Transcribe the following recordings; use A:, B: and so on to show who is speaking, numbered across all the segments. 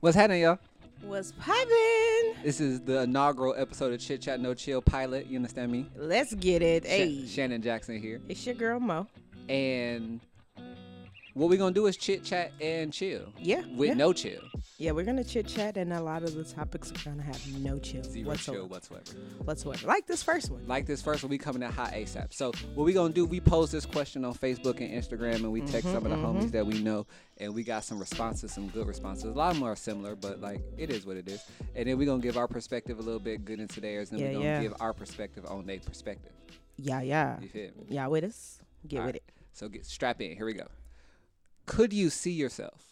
A: What's happening, y'all?
B: What's poppin'?
A: This is the inaugural episode of Chit Chat No Chill Pilot. You understand me?
B: Let's get it.
A: Sha-
B: Hey,
A: Shannon Jackson here.
B: it's your girl Mo.
A: And what we're going to do is chit chat and chill
B: Yeah,
A: with
B: yeah.
A: no chill.
B: yeah, we're gonna chit chat, and a lot of the topics are gonna have no chill
A: Zero
B: whatsoever,
A: chill whatsoever.
B: whatsoever. Like this first one.
A: Like this first one, we coming out hot ASAP. So what we gonna do, we post this question on Facebook and Instagram and we text
B: Mm-hmm,
A: some of the homies that we know and we got some responses, some good responses. A lot of them are similar, but like it is what it is. And then we gonna give our perspective a little bit good into theirs, and
B: Yeah,
A: we gonna
B: yeah.
A: give our perspective on their perspective.
B: Yeah, yeah,
A: You feel me?
B: yeah. With us, get
A: All
B: with
A: right. So get strap in. Here we go. Could you see yourself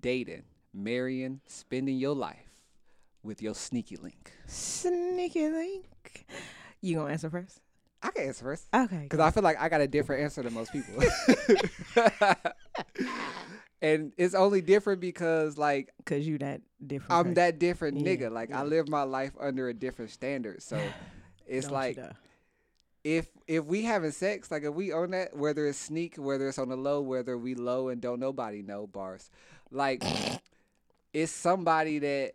A: dating, marrying, spending your life with your sneaky link?
B: it. Sneaky link. You gonna answer first?
A: I can answer first.
B: Okay.
A: Because I feel like I got a different answer than most people. and it's only different because, like,
B: Cause you that different.
A: I'm
B: person.
A: that different
B: Yeah,
A: nigga. Like, I live my life under a different standard. So it's
B: Don't you
A: like,
B: dare.
A: if if we having sex, like if we on that, whether it's sneak, whether it's on the low, whether we low and don't nobody know bars, like it's somebody that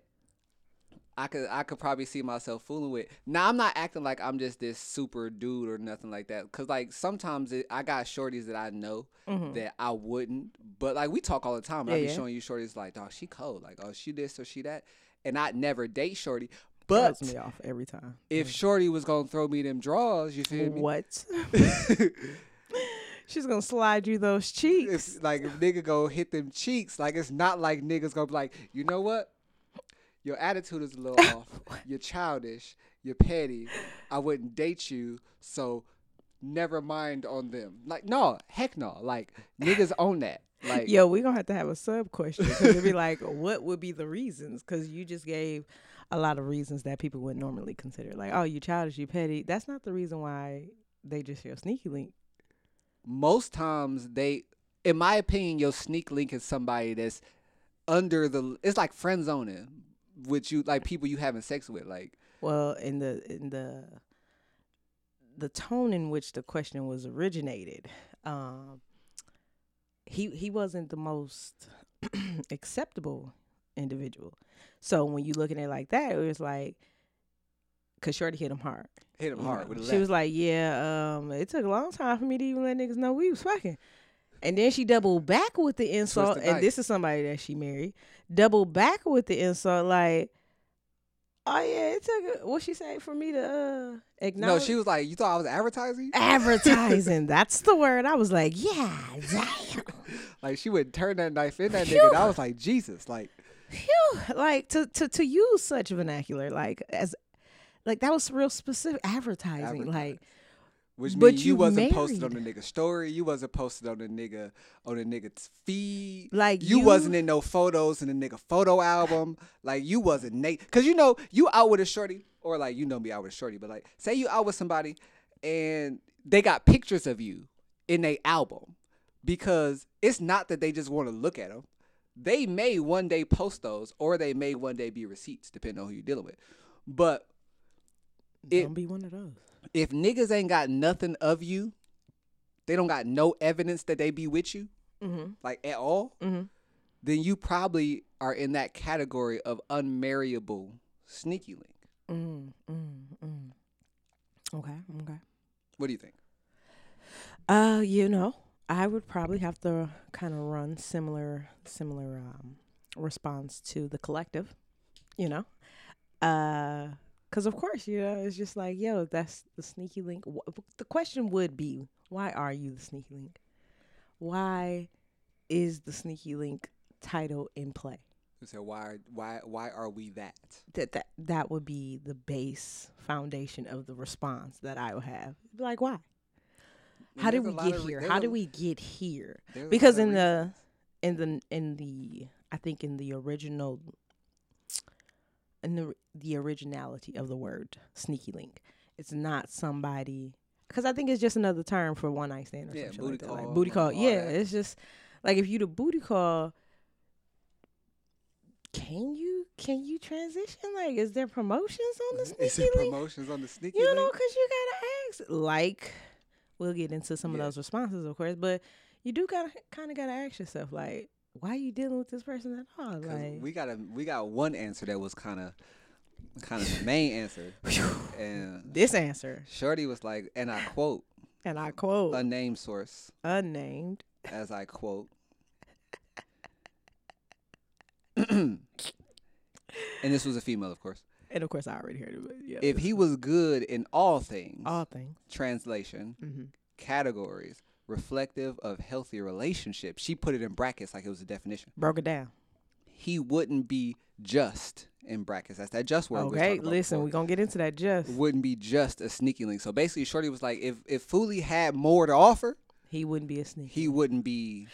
A: I could I could probably see myself fooling with. Now I'm not acting like I'm just this super dude or nothing like that, cause like sometimes it, I got shorties that I know that I wouldn't, but like we talk all the time. And I
B: Mm-hmm. Yeah,
A: be
B: yeah.
A: showing you shorties like, dog, she cold, like oh she this or she that, and I never date shorty. But
B: throws me Mm. off every time.
A: if shorty was gonna throw me them draws, you feel me?
B: What? She's gonna slide you those cheeks.
A: if like if nigga go hit them cheeks, like it's not like niggas gonna be like, you know what? Your attitude is a little off. You're childish. You're petty. I wouldn't date you. So never mind on them. Like no, heck no. Like niggas own that. Like
B: Yo, we're gonna have to have a sub question because it'd be like, what would be the reasons? Because you just gave a lot of reasons that people would normally consider, like, oh, you childish, you petty. That's not the reason why they just your sneaky link.
A: most times they, in my opinion, your sneak link is somebody that's under the. It's like friend zoning with you, like people you having sex with. Like
B: Well, in the in the the tone in which the question was originated, um, he he wasn't the most acceptable individual. So when you looking at it like that, it was like, cause Shorty hit him hard.
A: hit him
B: you
A: hard
B: know.
A: with a
B: she
A: left.
B: was like, "Yeah, um, it took a long time for me to even let niggas know we was fucking." And then she doubled back with the insult,
A: the
B: and this is somebody that she married. Double back with the insult, like, "Oh yeah, it took a, what she say for me to uh,
A: no,
B: acknowledge."
A: she was like, you thought I was advertising?
B: advertising. that's the word. I was like, "Yeah, damn."
A: Like she would turn that knife in that
B: Phew.
A: nigga. And I was like, Jesus, like
B: Phew. Like to to to use such vernacular, like as like that was real specific advertising.
A: Advertise.
B: Like
A: which
B: But
A: means you,
B: you
A: wasn't posted on the nigga story, you wasn't posted on the nigga on the nigga's feed.
B: Like,
A: you,
B: you-
A: wasn't in no photos in the nigga photo album. Like you wasn't Nate. Cause you know, you out with a shorty, or like you know me out with a shorty, but like say you out with somebody and they got pictures of you in a album. Because it's not that they just want to look at them. They may one day post those or they may one day be receipts, depending on who you're dealing with. But It-
B: don't be one of those.
A: if niggas ain't got nothing of you, they don't got no evidence that they be with you,
B: Mm-hmm.
A: like at all,
B: Mm-hmm.
A: then you probably are in that category of unmarryable sneaky link.
B: Mm, mm, mm. Okay, okay.
A: What do you think?
B: Uh, you know, I would probably have to kind of run similar similar um response to the collective, you know. Uh cuz of course, you know, it's just like, yo, that's the sneaky link. Wh- The question would be, why are you the sneaky link? Why is the sneaky link title in play?
A: So why why why are we that?
B: that that that would be the base foundation of the response that I would have. Be Like, why? How did
A: there's a
B: we
A: lot
B: get
A: of re-
B: here?
A: there's
B: How
A: a-
B: did we get here?
A: There's a
B: Because
A: lot of
B: in
A: reasons.
B: the in the in the I think in the original in the the originality of the word sneaky link, it's not somebody because I think it's just another term for one night stand or
A: Yeah,
B: something
A: booty
B: like that. Like
A: call,
B: booty call.
A: all
B: Yeah,
A: that.
B: it's just like if you the booty call, can you can you transition? Like, is there promotions on the
A: Is
B: sneaky
A: it
B: link?
A: promotions on the sneaky
B: You know,
A: link?
B: because you gotta ask. Like, we'll get into some
A: Yeah.
B: of those responses, of course, but you do gotta kind of gotta ask yourself, like, why you dealing with this person at all?
A: 'Cause
B: Like,
A: we got a we got one answer that was kind of kind of the main answer, and
B: this answer,
A: Shorty was like, and I quote
B: and I quote,
A: a name source
B: unnamed.
A: as I quote. and this was a female, of course.
B: And of course, I already heard it. But yeah, Uh,
A: If he was good in all things,
B: all things,
A: translation,
B: Mhm.
A: categories, reflective of healthy relationships, she put it in brackets like it was a definition.
B: broke it down.
A: He wouldn't be just in brackets. That's that just word. we was
B: Okay,
A: talking about
B: listen,
A: before.
B: we're gonna get into that just.
A: wouldn't be just a sneaky link. So basically, Shorty was like, if if Fooley had more to offer,
B: He wouldn't be a sneaky.
A: he wouldn't be.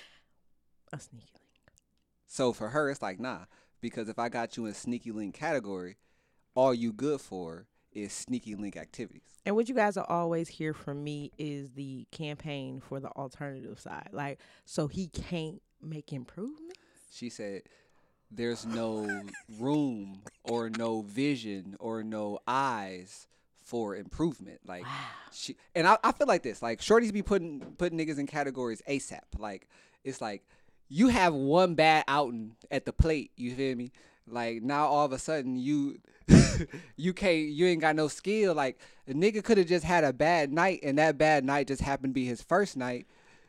B: a sneaky link.
A: So for her, it's like nah, because if I got you in sneaky link category, all you good for is sneaky link activities.
B: And what you guys will always hear from me is the campaign for the alternative side. Like, so he can't make improvement.
A: She said, "There's no room or no vision or no eyes for improvement." Like she and I, I feel like this. Like shorties be putting putting niggas in categories ASAP. Like it's like you have one bad outing at the plate. You feel me? Like now all of a sudden you you can't you ain't got no skill. Like a nigga could have just had a bad night and that bad night just happened to be his first night.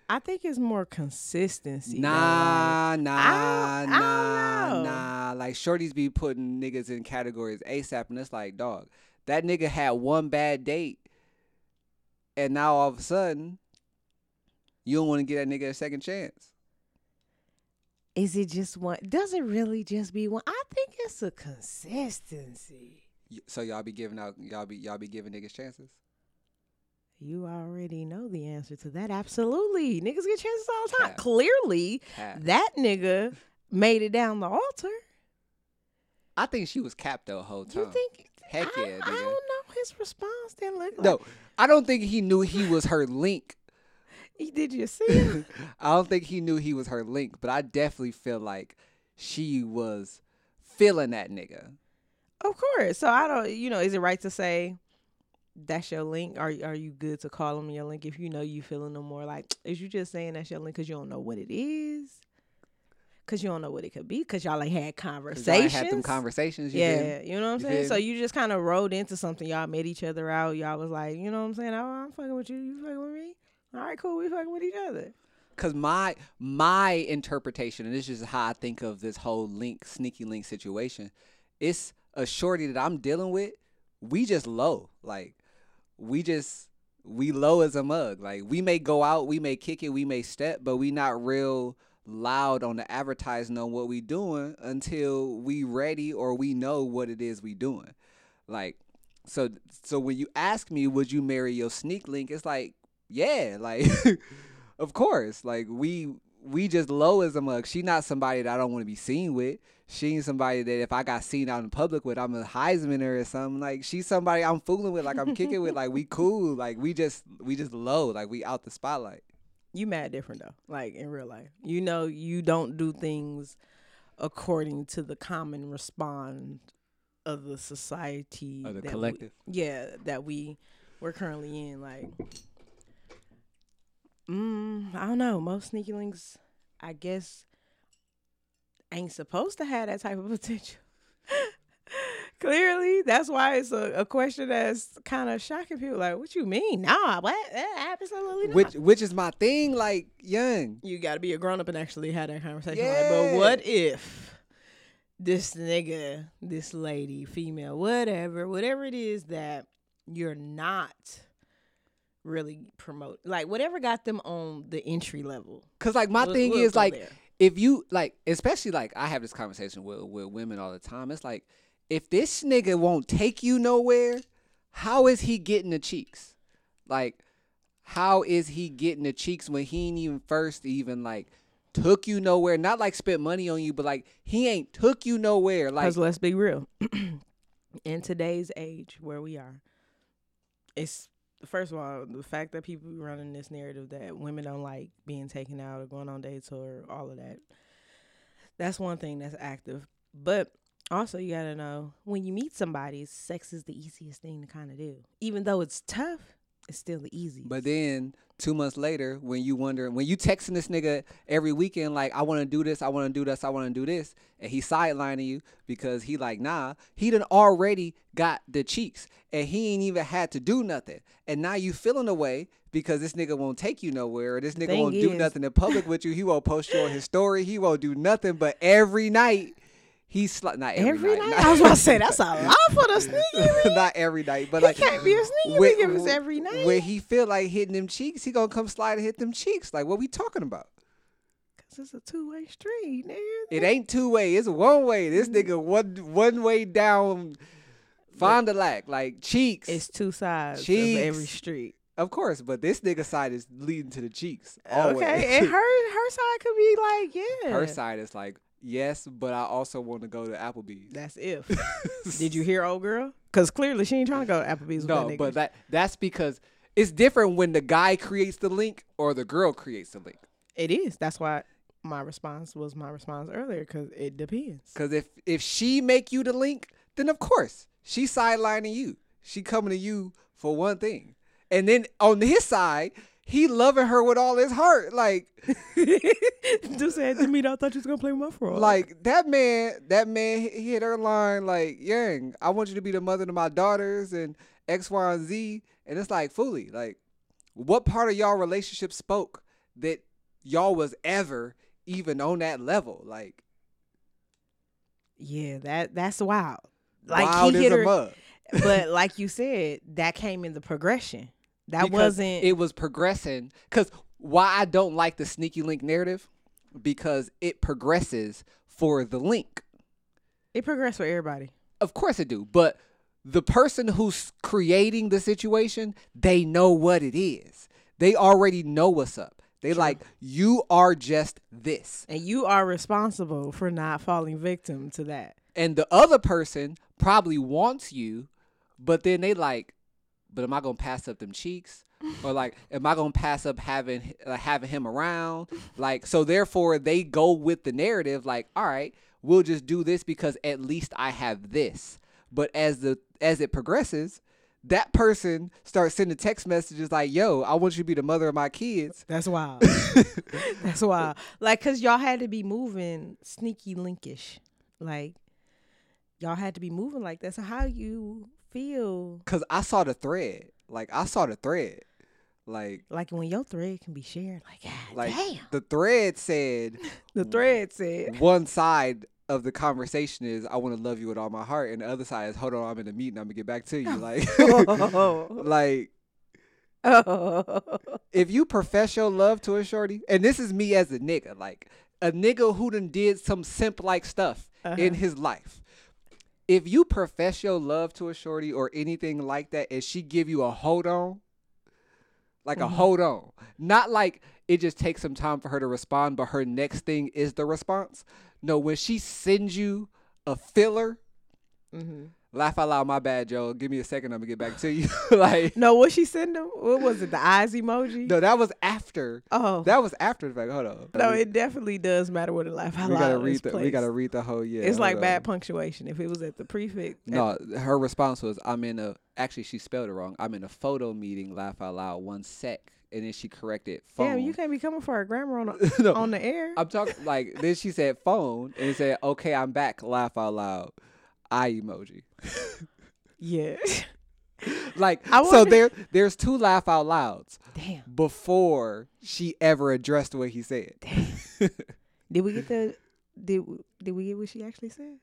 B: I think it's more consistency. though, like-
A: Nah, nah,
B: I don't- I
A: nah,
B: don't know.
A: nah. Like shorties be putting niggas in categories ASAP, and it's like, dog, that nigga had one bad date, and now all of a sudden, you don't want to give that nigga a second chance.
B: Is it just one? Does it really just be one? I think it's a consistency.
A: Y- So y'all be giving out, y'all be y'all be giving niggas chances.
B: You already know the answer to that. Absolutely. Niggas get chances all the time.
A: Cap.
B: Clearly,
A: Cap.
B: that nigga made it down the altar.
A: I think she was capped the whole time.
B: You think?
A: Heck
B: I,
A: yeah,
B: I
A: nigga.
B: don't know his response. Didn't look like.
A: No, I don't think he knew he was her link.
B: He- Did you see him?
A: I don't think he knew he was her link, but I definitely feel like she was feeling that nigga.
B: Of course. So I don't. You know, is it right to say that's your link? Are are you good to call him your link if you know you feeling no more? Like, is you just saying that's your link because you don't know what it is? Because you don't know what it could be? Because y'all like had
A: 'Cause
B: conversations.
A: y'all ain't had them conversations. You
B: yeah,
A: yeah.
B: you know what I'm
A: You
B: saying.
A: feel
B: So
A: me?
B: you just kind of rode into something. Y'all met each other out. Y'all was like, you know what I'm saying. Oh, I'm fucking with you. You fucking with me. All right, cool. We fucking with each other.
A: Cause my my interpretation, and this is how I think of this whole link sneaky link situation. It's a shorty that I'm dealing with. We just low, like we just we low as a mug. Like we may go out, we may kick it, we may step, but we not real loud on the advertising on what we doing until we ready or we know what it is we doing. Like so so when you ask me would you marry your sneak link, it's like, yeah, like of course. Like we we just low as a mug. She not somebody that I don't want to be seen with. She ain't somebody that if I got seen out in public with, I'm a Heisman her or something. Like she's somebody I'm fooling with, like I'm kicking with, like we cool, like we just we just low, like we out the spotlight.
B: You mad different though, like in real life. You know, you don't do things according to the common respond of the society
A: Of the
B: that we-
A: collective.
B: yeah, that we we're currently in. Like, mm, I don't know. Most sneaky links, I guess, ain't supposed to have that type of potential. Clearly, that's why it's a, a question that's kind of shocking people. Like, what you mean? Nah, what? Eh, Absolutely not.
A: Which which is my thing, like young.
B: you got to be a grown up and actually have that conversation. Like, but what if this nigga, this lady, female, whatever, whatever it is that you're not really promote, like whatever got them on the entry level.
A: Cause like my
B: We'll-
A: thing
B: we'll
A: is
B: go
A: like
B: there.
A: if you like especially like I have this conversation with with women all the time. It's like if this nigga won't take you nowhere, how is he getting the cheeks? Like how is he getting the cheeks when he ain't even first even like took you nowhere? Not like spent money on you, but like he ain't took you nowhere. Like
B: Because let's be real, in today's age where we are, it's first of all the fact that people be running this narrative that women don't like being taken out or going on dates or all of that. That's one thing that's active, but also you gotta know when you meet somebody, sex is the easiest thing to kind of do, even though it's tough. It's still the easiest.
A: But then two months later, when you wonder, when you texting this nigga every weekend, like I want to do this, I want to do this, I want to do this, and he sidelining you because he like nah, he done already got the cheeks, and he ain't even had to do nothing, and now you feeling away because this nigga won't take you nowhere, or this nigga
B: thing
A: won't do
B: is-
A: nothing in public with you. He won't post you on his story. He won't do nothing. But every night. He's sli- not every,
B: every night,
A: not-
B: I was about to say that's a lot for the sneaky.
A: not every night, but
B: He
A: like
B: can't be a sneaky
A: when-
B: nigga if it's every night.
A: When he feel like hitting them cheeks, he gonna come slide and hit them cheeks. Like what we talking about?
B: Cause it's a two way street, nigga.
A: It ain't two way. It's one way. This
B: Mm-hmm.
A: nigga one one way down Fond du Lac, like cheeks.
B: It's two sides of every
A: Cheeks.
B: street.
A: of course, but this nigga side is leading to the cheeks. Always.
B: Okay, and her her side could be like, yeah,
A: Her side is like yes, but I also want to go to Applebee's.
B: That's if. Did you hear old girl? Cause clearly she ain't trying to go to Applebee's
A: No,
B: with that nigga.
A: but that that's because it's different when the guy creates the link or the girl creates the link.
B: it is. That's why my response was my response earlier. Cause it depends.
A: Cause if if she make you the link, then of course she sidelining you. She coming to you for one thing, and then on his side, he loving her with all his heart. Like
B: Dude said to me, "I thought you was gonna play with my frog."
A: like that man, that man he hit her line like, "Yang, I want you to be the mother to my daughters and X, Y, and Z." And it's like, fully, like, what part of y'all relationship spoke that y'all was ever even on that level? Like,
B: yeah, that that's wild. Like
A: like wild
B: he
A: as
B: hit
A: a
B: her,
A: mug.
B: but like you said, that came in the progression. That
A: because
B: wasn't.
A: it was progressing because why i don't like the sneaky link narrative because it progresses for the link
B: it progressed for everybody.
A: of course it do but the person who's creating the situation they know what it is they already know what's up they like you are just this
B: And you are responsible for not falling victim to that.
A: and the other person probably wants you, but then they like, but am I gonna pass up them cheeks? or like, am I gonna pass up having uh, having him around? Like, so therefore they go with the narrative. Like, all right, we'll just do this because at least I have this. But as the as it progresses, that person starts sending text messages like, "Yo, I want you to be the mother of my kids."
B: That's wild. That's wild. Like, cause y'all had to be moving sneaky linkish. Like, y'all had to be moving like that. So how you feel?
A: Cause I saw the thread. Like, I saw the thread. Like,
B: Like when your thread can be shared. Like, God
A: like
B: damn.
A: the thread said.
B: The thread said.
A: one side of the conversation is I want to love you with all my heart, and the other side is hold on, I'm in a meeting, I'm gonna get back to you. Like,
B: Oh.
A: like
B: Oh.
A: if you profess your love to a shorty, and this is me as a nigga, like a nigga who done did some simp like stuff in his life. If you profess your love to a shorty or anything like that, and she give you a hold on, like a hold on, not like it just takes some time for her to respond, but her next thing is the response. No, when she sends you a filler,
B: Mhm.
A: laugh out loud, my bad, Joe. Give me a second, I'm gonna get back to you. like,
B: No, what she send him? What was it? The eyes emoji?
A: no, that was after.
B: oh.
A: That was after the fact. Hold on.
B: no, it definitely does matter what a laugh out
A: we gotta
B: loud is
A: read the we
B: placed.
A: gotta read the whole year.
B: it's like bad punctuation. If it was at the prefix, at
A: No, her response was, "I'm in a." Actually, she spelled it wrong. I'm in a photo meeting. Laugh out loud. One sec, and then she corrected phone.
B: Damn, you can't be coming for a grammar on a,
A: No.
B: on the air.
A: I'm talking like then she said phone and said, "Okay, I'm back." Laugh out loud. Eye emoji.
B: yeah.
A: Like
B: I
A: so
B: wonder-
A: there there's two laugh out louds
B: Damn.
A: before she ever addressed what he said.
B: Did we get the did w- did we get what she actually said?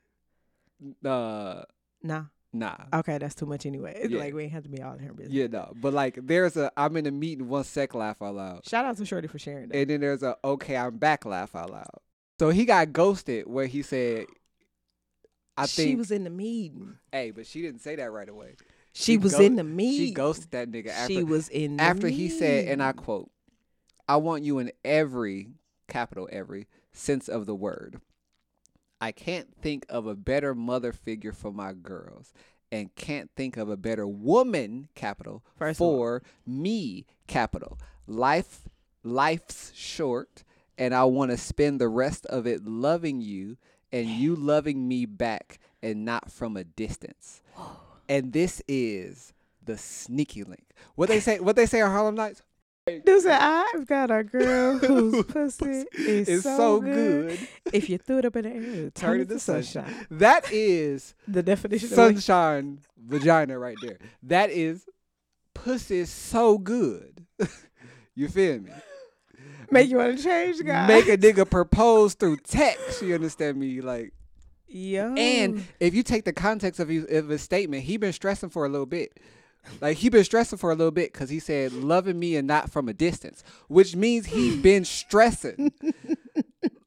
A: Uh,
B: Nah.
A: nah.
B: Okay, that's too much anyway. It's
A: Yeah.
B: Like we ain't have to be all in her business.
A: Yeah, no. But like there's a I'm in a meeting. One sec. Laugh out loud.
B: Shout out to Shorty for sharing that.
A: And then there's a okay, I'm back laugh out loud. So he got ghosted where he said, I
B: she
A: think,
B: was in the meeting.
A: hey, but she didn't say that right away.
B: She, was
A: go-
B: in the meeting.
A: She ghosted that nigga after,
B: She was in the
A: after he said, and I
B: meeting.
A: quote, I want you in every, capital every, sense of the word. I can't think of a better mother figure for my girls and can't think of a better woman, capital,
B: First of all-
A: for me, capital. Life life's short and I want to spend the rest of it loving you and you loving me back and not from a distance. And this is the sneaky link. What they say? What they say on Harlem Nights?
B: Dude said, I've got a girl whose pussy is
A: It's
B: so, good. If you threw it up in the air, it'd turn,
A: Turn
B: it
A: into
B: to
A: sunshine.
B: sunshine.
A: That is
B: The definition of like,
A: sunshine vagina right there. That is pussy is so good. you feel me?
B: make you want to change, guys.
A: Make a nigga propose through text. You understand me? Like,
B: Yo.
A: and if you take the context of, you, of his statement, he been stressing for a little bit. Like he been stressing for a little bit because he said loving me and not from a distance, which means he been stressing.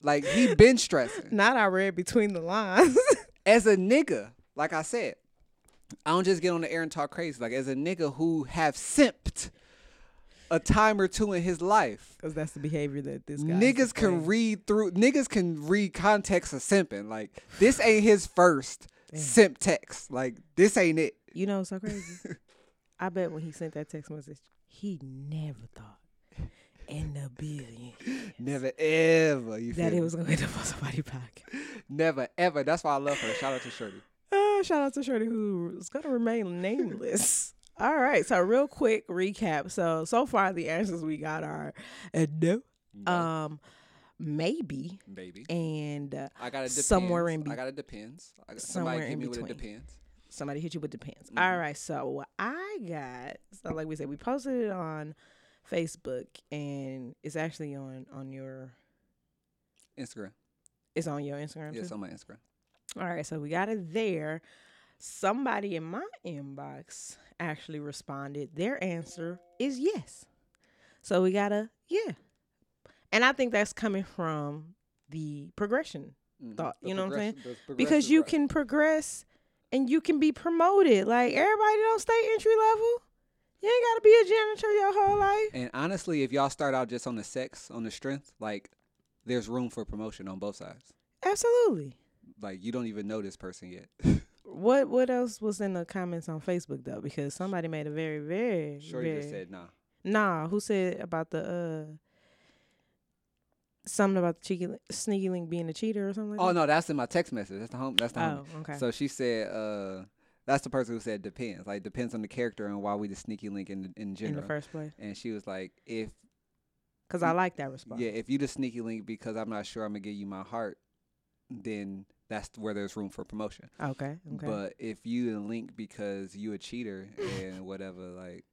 A: like he been stressing.
B: not I read between the lines.
A: as a nigga, like I said, I don't just get on the air and talk crazy. Like as a nigga who have simped a time or two in his life,
B: Because that's the behavior that this guy. is
A: niggas can
B: displaying.
A: read through. Niggas can read context of simping. Like this ain't his first simp text. Like this ain't it.
B: You know, it's so crazy. I bet when he sent that text message, he never thought in a billion
A: Never ever. You feel
B: that
A: me?
B: it was going to end up on somebody's pocket.
A: Never ever. That's why I love her. Shout out to Shirley.
B: Uh, shout out to Shorty who is going to remain nameless. All right, so real quick recap. So so far the answers we got are uh, no,
A: No,
B: um, maybe,
A: baby.
B: and uh,
A: I got it. Depends.
B: somewhere in
A: I
B: be-
A: got it. Depends. I got, somebody
B: somewhere
A: give
B: in
A: me what it
B: between.
A: depends.
B: somebody hit you with the pants.
A: Mhm.
B: All right, so I got so like we said, we posted it on Facebook, and it's actually on on your
A: Instagram.
B: it's on your Instagram.
A: Yes,
B: too?
A: on my Instagram.
B: All right, so we got it there. Somebody in my inbox actually responded. Their answer is yes. So we got a yeah. And I think that's coming from the progression
A: Mhm.
B: Thought-
A: The
B: you know what I'm saying?
A: progression- the
B: because
A: progression
B: you
A: right.
B: can progress and you can be promoted. Like everybody don't stay entry level. You ain't got to be a janitor your whole life.
A: And honestly, if y'all start out just on the sex, on the strength, like there's room for promotion on both sides.
B: Absolutely.
A: Like you don't even know this person yet.
B: What what else was in the comments on Facebook though? Because somebody made a very very
A: Shorty
B: very,
A: just said nah.
B: Nah, who said about the uh something about the cheeky li- sneaky link being a cheater or something like
A: Oh
B: that?
A: no, that's in my text message. That's the home. That's the home.
B: Oh, okay.
A: So she said, uh, that's the person who said depends. Like depends on the character and why we the sneaky link in in
B: in
A: general.
B: the first place.
A: and she was like, if
B: Cuz I like that response.
A: yeah, if you the sneaky link because I'm not sure I'm gonna give you my heart, then that's where there's room for promotion.
B: Okay. Okay.
A: But if you the link because you a cheater and whatever, like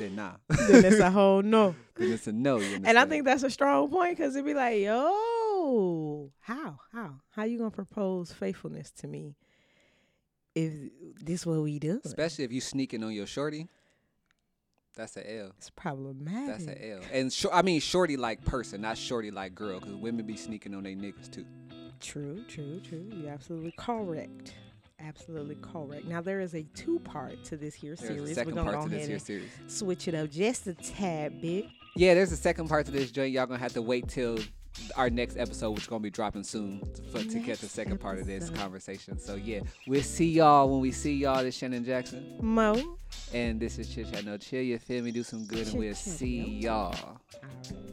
A: then nah.
B: then it's a whole no.
A: then it's a no. You
B: And I
A: understand?
B: think that's a strong point because it'd be like, yo, how, how, how you gonna propose faithfulness to me if this what we do?
A: especially if you sneaking on your shorty, that's a L.
B: it's problematic.
A: That's a L. And shor- I mean shorty like person, not shorty like girl, because women be sneaking on they niggas too.
B: True, true, true. You're absolutely correct. Absolutely correct. Now there is a two part to this here
A: There's
B: series.
A: a
B: We're
A: second
B: gonna
A: part
B: go
A: to this
B: ahead
A: here series.
B: and switch it up just a tad bit.
A: Yeah, there's a second part to this joint. Y'all gonna have to wait till our next episode, which gonna be dropping soon, for, to catch the
B: Next
A: second part of this
B: episode.
A: conversation. So yeah, we'll see y'all when we see y'all. This Shannon Jackson,
B: Mo. All
A: and this is Chit Chat No Chill. You feel me? Do some good, and
B: Chit
A: we'll
B: Chat
A: see
B: No
A: y'all.
B: right.